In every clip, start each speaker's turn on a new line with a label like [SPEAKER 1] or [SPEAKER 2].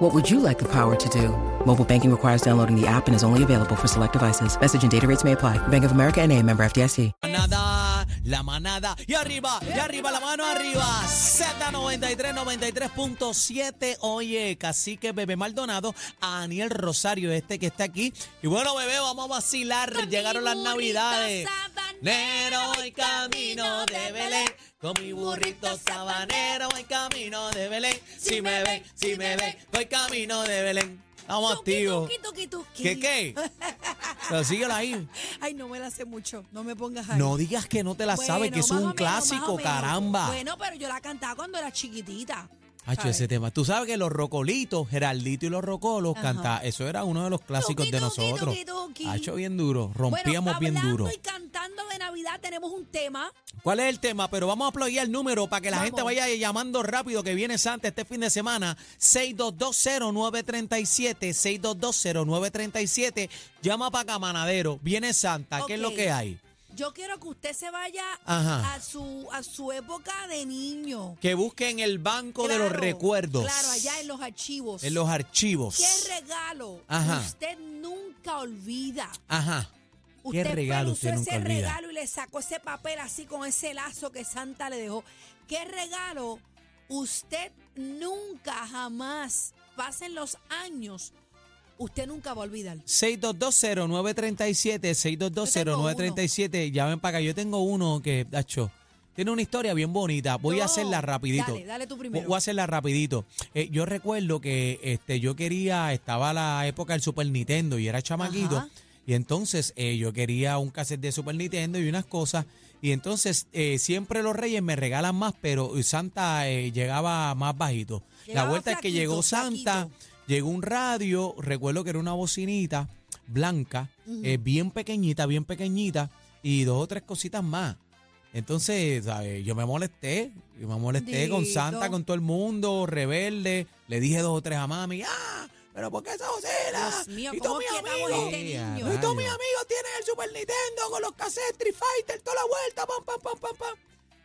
[SPEAKER 1] What would you like the power to do? Mobile banking requires downloading the app and is only available for select devices. Message and data rates may apply. Bank of America and a member FDIC.
[SPEAKER 2] manada, la manada, y arriba, y arriba, la mano arriba, Z93, 93.7, oye, cacique Bebé Maldonado, a Daniel Rosario, este que está aquí, y bueno, bebé, vamos a vacilar,
[SPEAKER 3] Con mi
[SPEAKER 2] llegaron las
[SPEAKER 3] burrito
[SPEAKER 2] navidades,
[SPEAKER 3] sabanero
[SPEAKER 2] nero, voy camino de Belén, con mi burrito sabanero, voy camino de Belén, si me ven, si me ven, voy camino de Belén, vamos
[SPEAKER 3] Tuqui,
[SPEAKER 2] activos,
[SPEAKER 3] tuqui, tuqui, tuqui.
[SPEAKER 2] ¿qué qué? Pero síguela ahí.
[SPEAKER 3] Ay, no me la sé mucho. No me pongas ahí.
[SPEAKER 2] No digas que no te la sabes,
[SPEAKER 3] Bueno,
[SPEAKER 2] que eso
[SPEAKER 3] más
[SPEAKER 2] es
[SPEAKER 3] o
[SPEAKER 2] un
[SPEAKER 3] menos, más
[SPEAKER 2] clásico,
[SPEAKER 3] o menos.
[SPEAKER 2] caramba.
[SPEAKER 3] Bueno, pero yo la cantaba cuando era chiquitita.
[SPEAKER 2] Hacho,
[SPEAKER 3] ¿sabes?
[SPEAKER 2] ese tema. Tú sabes que los rocolitos, Geraldito y los rocolos
[SPEAKER 3] Ajá.
[SPEAKER 2] cantaban. Eso era uno de los clásicos
[SPEAKER 3] Tuki,
[SPEAKER 2] de
[SPEAKER 3] tuki,
[SPEAKER 2] nosotros.
[SPEAKER 3] tuki, tuki.
[SPEAKER 2] Hacho bien duro. Rompíamos
[SPEAKER 3] bueno,
[SPEAKER 2] bien
[SPEAKER 3] hablando
[SPEAKER 2] duro.
[SPEAKER 3] y cantando de Navidad tenemos un tema.
[SPEAKER 2] ¿Cuál es el tema? Pero vamos a ploguear el número para que la
[SPEAKER 3] Vamos.
[SPEAKER 2] gente vaya llamando rápido que viene Santa este fin de semana. 6220937. 6220937. Llama para Camanadero. Viene Santa. ¿Qué es lo
[SPEAKER 3] Ok.
[SPEAKER 2] que hay?
[SPEAKER 3] Yo quiero que usted se vaya
[SPEAKER 2] Ajá.
[SPEAKER 3] a su a su época de niño.
[SPEAKER 2] Que busquen el banco
[SPEAKER 3] Claro,
[SPEAKER 2] de los recuerdos.
[SPEAKER 3] Claro, allá en los archivos.
[SPEAKER 2] En los archivos.
[SPEAKER 3] ¿Qué regalo
[SPEAKER 2] Ajá.
[SPEAKER 3] usted nunca olvida?
[SPEAKER 2] Ajá.
[SPEAKER 3] Usted fue,
[SPEAKER 2] regalo
[SPEAKER 3] le
[SPEAKER 2] usted
[SPEAKER 3] usó
[SPEAKER 2] nunca
[SPEAKER 3] ese
[SPEAKER 2] olvida?
[SPEAKER 3] regalo y le sacó ese papel así con ese lazo que Santa le dejó. ¿Qué regalo usted nunca jamás, pasen los años, usted nunca va a olvidar?
[SPEAKER 2] 6220937,
[SPEAKER 3] Yo
[SPEAKER 2] 6220937, llaven para acá. Yo tengo uno que, Dacho, tiene una historia bien bonita. Voy a
[SPEAKER 3] No,
[SPEAKER 2] hacerla rapidito.
[SPEAKER 3] dale, dale tú primero.
[SPEAKER 2] Voy a hacerla rapidito. Eh, yo recuerdo que este, yo quería, estaba la época del Super Nintendo y era chamaquito.
[SPEAKER 3] Ajá.
[SPEAKER 2] Y entonces eh, yo quería un cassette de Super Nintendo y unas cosas. Y entonces eh, siempre los reyes me regalan más, pero Santa eh, llegaba más bajito.
[SPEAKER 3] Llegaba
[SPEAKER 2] la vuelta es que
[SPEAKER 3] flaquito,
[SPEAKER 2] llegó Santa.
[SPEAKER 3] flaquito.
[SPEAKER 2] Llegó un radio, recuerdo que era una bocinita blanca, eh, bien pequeñita, bien pequeñita, y dos o tres cositas más. Entonces, ¿sabes? yo me molesté, yo me molesté con
[SPEAKER 3] Dito.
[SPEAKER 2] Santa, con todo el mundo, rebelde. Le dije dos o tres a mami, ¡ah! ¿Pero por qué esa bocina?
[SPEAKER 3] Dios mío,
[SPEAKER 2] y todos
[SPEAKER 3] ¿cómo
[SPEAKER 2] mis
[SPEAKER 3] quietamos
[SPEAKER 2] amigos,
[SPEAKER 3] este niño?
[SPEAKER 2] y todos mis
[SPEAKER 4] Rayo.
[SPEAKER 2] amigos tienen el Super Nintendo con los cassettes, Street Fighter, toda la vuelta, pam, pam, pam, pam, pam.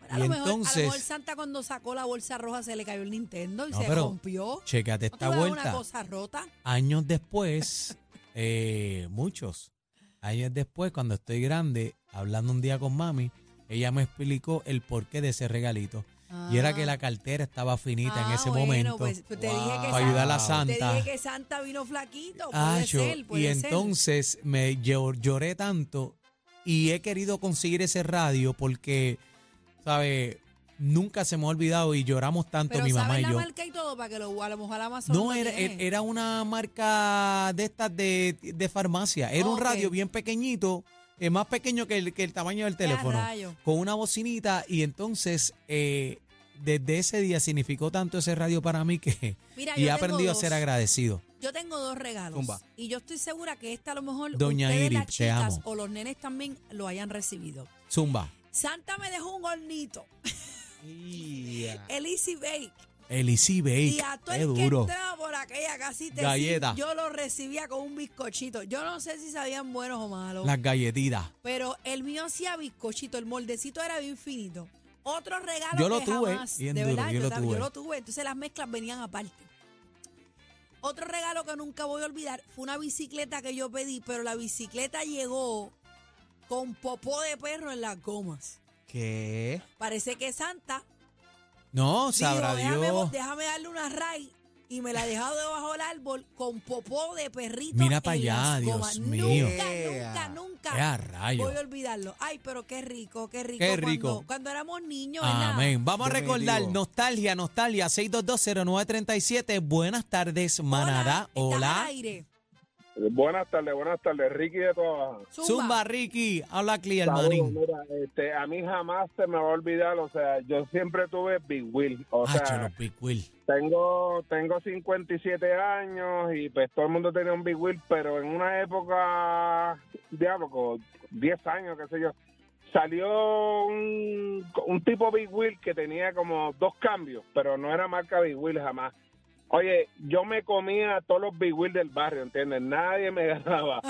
[SPEAKER 3] Bueno, a,
[SPEAKER 2] Y
[SPEAKER 3] lo mejor, a
[SPEAKER 2] entonces-
[SPEAKER 3] lo mejor Santa cuando sacó la bolsa roja se le cayó el Nintendo y
[SPEAKER 2] No,
[SPEAKER 3] se
[SPEAKER 2] pero
[SPEAKER 3] rompió.
[SPEAKER 2] Chécate
[SPEAKER 3] ¿No te
[SPEAKER 2] esta
[SPEAKER 3] va a dar una
[SPEAKER 2] vuelta.
[SPEAKER 3] cosa rota?
[SPEAKER 2] años después, eh, muchos, años después, cuando estoy grande, hablando un día con mami, ella me explicó el porqué de ese regalito. Y era que la cartera estaba finita en
[SPEAKER 3] Ah,
[SPEAKER 2] ese
[SPEAKER 3] bueno,
[SPEAKER 2] momento.
[SPEAKER 3] pues, te dije que
[SPEAKER 2] para ayudar a la
[SPEAKER 3] Santa- te
[SPEAKER 2] santa.
[SPEAKER 3] dije que Santa vino flaquito, puede
[SPEAKER 2] Acho,
[SPEAKER 3] ser, puede
[SPEAKER 2] y
[SPEAKER 3] ser.
[SPEAKER 2] entonces me llo- lloré tanto y he querido conseguir ese radio porque, ¿sabes? Nunca se me ha olvidado y lloramos tanto
[SPEAKER 3] Pero
[SPEAKER 2] mi
[SPEAKER 3] ¿sabes
[SPEAKER 2] mamá y
[SPEAKER 3] la
[SPEAKER 2] yo.
[SPEAKER 3] marca y todo para que lo, a lo mejor Amazon
[SPEAKER 2] No,
[SPEAKER 3] lo
[SPEAKER 2] era,
[SPEAKER 3] tiene.
[SPEAKER 2] er- era una marca de estas de, de farmacia. Era un
[SPEAKER 3] Ok.
[SPEAKER 2] radio bien pequeñito, eh, más pequeño que el, que el tamaño del
[SPEAKER 3] Ya,
[SPEAKER 2] teléfono.
[SPEAKER 3] rayo.
[SPEAKER 2] Con una bocinita y entonces eh, desde ese día significó tanto ese radio para mí que
[SPEAKER 3] Mira,
[SPEAKER 2] y
[SPEAKER 3] yo
[SPEAKER 2] he
[SPEAKER 3] tengo
[SPEAKER 2] aprendido a ser
[SPEAKER 3] dos.
[SPEAKER 2] agradecido.
[SPEAKER 3] Yo tengo dos regalos.
[SPEAKER 2] Zumba.
[SPEAKER 3] Y yo estoy segura que esta a lo mejor
[SPEAKER 2] Doña
[SPEAKER 3] ustedes
[SPEAKER 2] Iris,
[SPEAKER 3] las
[SPEAKER 2] te
[SPEAKER 3] chicas
[SPEAKER 2] amo.
[SPEAKER 3] o los nenes también lo hayan recibido.
[SPEAKER 2] Zumba.
[SPEAKER 3] Santa me dejó un hornito, el Easy Bake.
[SPEAKER 2] El Easy Bake.
[SPEAKER 3] Y a todo
[SPEAKER 2] Qué
[SPEAKER 3] el que
[SPEAKER 2] duro.
[SPEAKER 3] entraba por aquella casita,
[SPEAKER 2] Galleta.
[SPEAKER 3] yo lo recibía con un bizcochito. Yo no sé si sabían buenos o malos,
[SPEAKER 2] Las galletitas.
[SPEAKER 3] pero el mío hacía bizcochito, el moldecito era bien finito. Otro regalo
[SPEAKER 2] Yo lo
[SPEAKER 3] que
[SPEAKER 2] tuve,
[SPEAKER 3] jamás,
[SPEAKER 2] bien
[SPEAKER 3] de
[SPEAKER 2] duro,
[SPEAKER 3] verdad,
[SPEAKER 2] yo lo
[SPEAKER 3] también-
[SPEAKER 2] tuve.
[SPEAKER 3] yo lo tuve, entonces las mezclas venían aparte. Otro regalo que nunca voy a olvidar fue una bicicleta que yo pedí, pero la bicicleta llegó con popó de perro en las gomas.
[SPEAKER 4] ¿Qué?
[SPEAKER 3] Parece que Santa
[SPEAKER 2] No,
[SPEAKER 3] Digo,
[SPEAKER 2] sabrá
[SPEAKER 3] déjame,
[SPEAKER 2] Dios.
[SPEAKER 3] déjame darle una ray y me la he dejado debajo del árbol con popó de perrito.
[SPEAKER 2] Mira pa'
[SPEAKER 3] en
[SPEAKER 2] allá,
[SPEAKER 3] las
[SPEAKER 2] Dios
[SPEAKER 3] gomas.
[SPEAKER 2] mío.
[SPEAKER 3] Nunca, nunca,
[SPEAKER 2] Qué a
[SPEAKER 3] nunca.
[SPEAKER 2] rayo.
[SPEAKER 3] Voy a olvidarlo. Ay, pero qué rico, qué rico.
[SPEAKER 2] Qué rico.
[SPEAKER 3] Cuando, cuando éramos niños, ¿verdad?
[SPEAKER 2] Amén. Vamos a
[SPEAKER 4] Definitivo.
[SPEAKER 2] recordar nostalgia, nostalgia 6220937. Buenas tardes, manada.
[SPEAKER 3] estás
[SPEAKER 2] Hola.
[SPEAKER 3] al aire.
[SPEAKER 5] Buenas tardes, buenas tardes, Ricky de todas.
[SPEAKER 3] Zumba.
[SPEAKER 2] Zumba Ricky, habla Clear
[SPEAKER 5] Saludos,
[SPEAKER 2] Manín.
[SPEAKER 5] mira, este, a mí jamás se me va a olvidar, o sea, yo siempre tuve Big Wheel, o
[SPEAKER 2] Ah,
[SPEAKER 5] sea,
[SPEAKER 2] chulo, Big Will.
[SPEAKER 5] tengo tengo 57 años y pues todo el mundo tenía un Big Wheel, pero en una época, diablo, como 10 años, qué sé yo, Salió un, un tipo Big Wheel que tenía como dos cambios, pero no era marca Big Wheel jamás. Oye, yo me comía a todos los Big Wheel del barrio, ¿entiendes? Nadie me ganaba.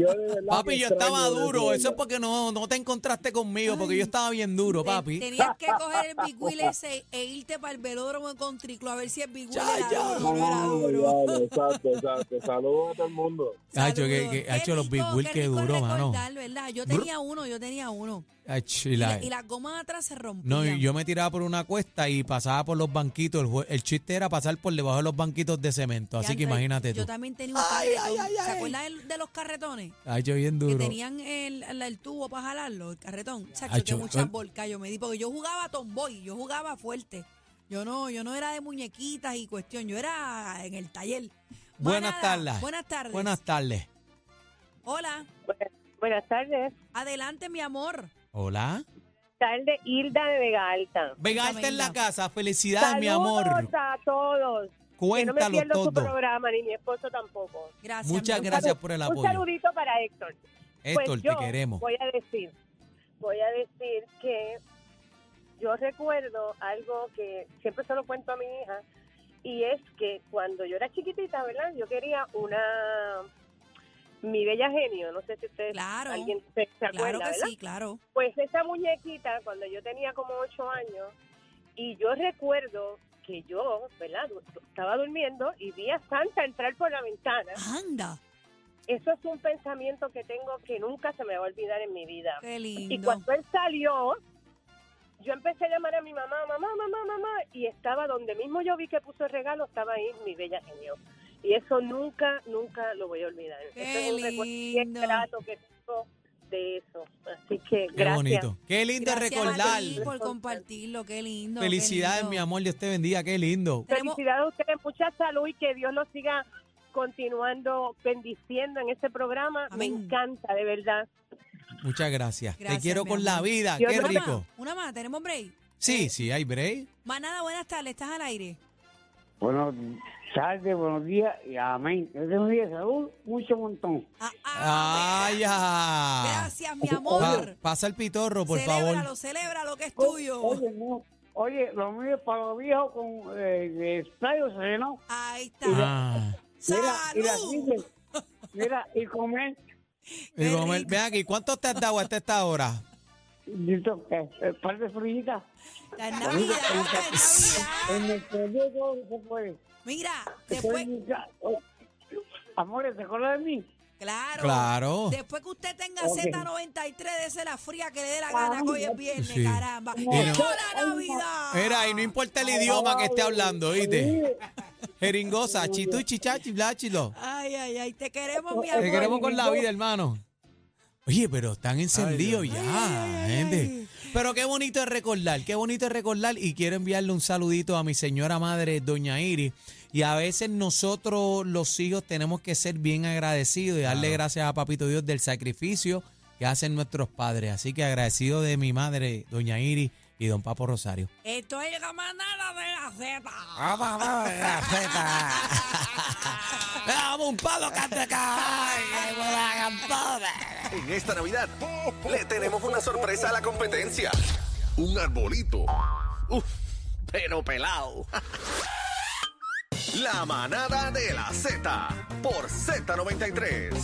[SPEAKER 5] yo de verdad
[SPEAKER 2] Papi,
[SPEAKER 5] que
[SPEAKER 2] yo
[SPEAKER 5] extraño
[SPEAKER 2] estaba
[SPEAKER 5] de
[SPEAKER 2] duro. Eso es
[SPEAKER 5] verdad.
[SPEAKER 2] porque no, no te encontraste conmigo, porque yo estaba bien duro,
[SPEAKER 3] Ten-
[SPEAKER 2] papi.
[SPEAKER 3] Tenías que coger el Big Wheel ese e irte para el velódromo en Contriclo a ver si el Big Wheel
[SPEAKER 2] Ya,
[SPEAKER 3] era
[SPEAKER 2] ya.
[SPEAKER 3] duro, no era
[SPEAKER 5] Ay,
[SPEAKER 3] duro.
[SPEAKER 5] vale, Ah, exacto, exacto. Saludos a todo el mundo.
[SPEAKER 2] Hacho, que,
[SPEAKER 3] Saludos.
[SPEAKER 2] que,
[SPEAKER 3] Qué
[SPEAKER 2] hacho, los Big
[SPEAKER 3] rico,
[SPEAKER 2] Wheel,
[SPEAKER 3] qué
[SPEAKER 2] qué
[SPEAKER 3] rico
[SPEAKER 2] duro, mano.
[SPEAKER 3] recordar, ¿verdad? Yo tenía uno, yo tenía uno.
[SPEAKER 2] Hacho, y
[SPEAKER 3] Y,
[SPEAKER 2] la-
[SPEAKER 3] la- y las gomas atrás se rompían.
[SPEAKER 2] no, y yo me tiraba por una cuesta y pasaba por los banquitos. El, jue- el chiste era pasar por debajo de los banquitos de cemento. Así que
[SPEAKER 3] Diantre,
[SPEAKER 2] imagínate tú.
[SPEAKER 3] Yo también tenía un
[SPEAKER 2] Ay,
[SPEAKER 3] carretón.
[SPEAKER 2] ay, ay,
[SPEAKER 3] ¿Se
[SPEAKER 2] ay.
[SPEAKER 3] acuerdan del- de los carretones?
[SPEAKER 2] Hacho, bien
[SPEAKER 3] Que
[SPEAKER 2] duro.
[SPEAKER 3] tenían el, el- el tubo para jalarlo, el carretón. Chacho, que
[SPEAKER 2] Chacho,
[SPEAKER 3] muchas
[SPEAKER 2] eh.
[SPEAKER 3] volcas yo me di. Porque yo jugaba tomboy, yo jugaba fuerte. Yo no, yo no era de muñequitas y cuestión, yo era en el taller.
[SPEAKER 2] Buenas
[SPEAKER 3] Manada,
[SPEAKER 2] tardes.
[SPEAKER 3] Buenas tardes.
[SPEAKER 2] Buenas tardes.
[SPEAKER 3] Hola.
[SPEAKER 4] Buenas tardes.
[SPEAKER 3] Adelante, mi amor.
[SPEAKER 2] Hola.
[SPEAKER 4] Tarde, Hilda de Vega Alta.
[SPEAKER 2] Vega
[SPEAKER 3] Cuéntame,
[SPEAKER 2] Alta en la
[SPEAKER 3] Hilda.
[SPEAKER 2] casa. Felicidades, mi amor.
[SPEAKER 4] Saludos a todos. Que no me
[SPEAKER 2] Cuéntalo
[SPEAKER 4] pierdo su
[SPEAKER 2] todo.
[SPEAKER 4] programa, ni mi esposo tampoco.
[SPEAKER 3] Gracias.
[SPEAKER 2] Muchas
[SPEAKER 3] mi amor.
[SPEAKER 2] gracias por el
[SPEAKER 4] Un
[SPEAKER 2] apoyo.
[SPEAKER 4] saludito para Héctor.
[SPEAKER 2] Héctor,
[SPEAKER 4] pues
[SPEAKER 2] te
[SPEAKER 4] yo
[SPEAKER 2] queremos.
[SPEAKER 4] voy a decir, voy a decir que yo recuerdo algo que siempre se lo cuento a mi hija y es que cuando yo era chiquitita, ¿verdad? Yo quería una mi bella genio, no sé si ustedes
[SPEAKER 3] Claro.
[SPEAKER 4] alguien se, se acuerda,
[SPEAKER 3] Claro que
[SPEAKER 4] ¿verdad?
[SPEAKER 3] sí, claro.
[SPEAKER 4] Pues esa muñequita, cuando yo tenía como ocho años, y yo recuerdo que yo, ¿verdad? Du- du- Estaba durmiendo y vi a Santa entrar por la ventana.
[SPEAKER 3] Anda,
[SPEAKER 4] Eso es un pensamiento que tengo que nunca se me va a olvidar en mi vida.
[SPEAKER 3] qué
[SPEAKER 4] Y
[SPEAKER 3] lindo.
[SPEAKER 4] cuando él salió, yo empecé a llamar a mi mamá, mamá, mamá, mamá, y estaba donde mismo yo vi que puso el regalo, estaba ahí mi bella genio. Y eso nunca, nunca lo voy a olvidar.
[SPEAKER 3] Qué
[SPEAKER 4] Eso es un recuerdo bien
[SPEAKER 3] lindo.
[SPEAKER 4] grato que tengo de eso. Así que
[SPEAKER 2] Qué
[SPEAKER 4] gracias.
[SPEAKER 2] bonito. Qué lindo
[SPEAKER 3] Gracias a
[SPEAKER 2] recordar.
[SPEAKER 3] ti por compartirlo, qué lindo. qué
[SPEAKER 2] Felicidades,
[SPEAKER 3] lindo.
[SPEAKER 2] mi amor. Dios te bendiga. Qué lindo.
[SPEAKER 3] Tenemos-
[SPEAKER 4] Felicidades a ustedes, mucha salud y que Dios los siga continuando bendiciendo en este programa.
[SPEAKER 3] Amén.
[SPEAKER 4] Me encanta, de verdad.
[SPEAKER 2] Muchas gracias.
[SPEAKER 3] Gracias,
[SPEAKER 2] te quiero
[SPEAKER 3] mi
[SPEAKER 2] con la
[SPEAKER 3] amor.
[SPEAKER 2] vida.
[SPEAKER 4] Dios
[SPEAKER 2] Qué
[SPEAKER 4] te ama.
[SPEAKER 2] rico.
[SPEAKER 3] Una más, tenemos break.
[SPEAKER 2] Sí, sí, hay break.
[SPEAKER 3] Manada, buenas tardes, estás al aire.
[SPEAKER 6] Buenas tardes, buenos días y amén. Que Dios me dé salud, mucho montón.
[SPEAKER 3] Ah, ah,
[SPEAKER 2] Ay, ya.
[SPEAKER 3] Gracias, mi
[SPEAKER 2] Pa-
[SPEAKER 3] amor.
[SPEAKER 2] pasa el pitorro, por
[SPEAKER 3] celébralo,
[SPEAKER 2] favor.
[SPEAKER 3] celébralo, que es tuyo.
[SPEAKER 6] Oye, no. Oye, lo mío es para los viejos con eh, de playo sereno.
[SPEAKER 3] Ahí está.
[SPEAKER 2] Ah,
[SPEAKER 6] Mira, y las
[SPEAKER 3] ¡Salud!
[SPEAKER 6] islas. Mira, y comer.
[SPEAKER 2] y
[SPEAKER 3] Qué
[SPEAKER 2] comer-
[SPEAKER 3] rico.
[SPEAKER 2] ven aquí, ¿cuánto te has dado hasta esta hora?
[SPEAKER 6] Y esto, eh, eh, par de frillitas.
[SPEAKER 3] La Navidad, la Navidad.
[SPEAKER 6] En el periodo todo se puede.
[SPEAKER 3] Mira,
[SPEAKER 6] Estoy
[SPEAKER 3] después,
[SPEAKER 6] en mi ca- oh, Amores, ¿te acuerdas de mí?
[SPEAKER 3] claro,
[SPEAKER 2] Claro.
[SPEAKER 3] después que usted tenga
[SPEAKER 6] Ok.
[SPEAKER 3] Z93, dese la fría que le dé la gana, que hoy es viernes,
[SPEAKER 2] Sí.
[SPEAKER 3] caramba.
[SPEAKER 6] Y
[SPEAKER 3] ¡Y
[SPEAKER 6] no- Eh.
[SPEAKER 3] la Navidad!
[SPEAKER 2] Mira, y no importa
[SPEAKER 3] Ah.
[SPEAKER 2] el idioma que esté hablando, ¿viste?
[SPEAKER 6] Oye,
[SPEAKER 2] Jeringosa, chitu, chichachi, bláchilo.
[SPEAKER 3] Ay, ay, ay, te queremos, mi amor.
[SPEAKER 2] Te queremos con la vida, hermano. Oye, pero están encendidos ya,
[SPEAKER 3] Ay, ay, ay,
[SPEAKER 2] gente.
[SPEAKER 3] ay.
[SPEAKER 2] Pero qué bonito es recordar, qué bonito es recordar. Y quiero enviarle un saludito a mi señora madre, doña Iris. Y a veces nosotros, los hijos, tenemos que ser bien agradecidos y darle gracias a Papito Dios del sacrificio que hacen nuestros padres. Así que agradecido de mi madre, doña Iris y don Papo Rosario.
[SPEAKER 3] Esto es la manada de la Z.
[SPEAKER 6] Ah,
[SPEAKER 3] Ah.
[SPEAKER 2] ¡Vamos, un palo, cante
[SPEAKER 7] En esta Navidad le tenemos una sorpresa a la competencia. Un arbolito. Uf, pero pelado. La manada de la Z por Z93.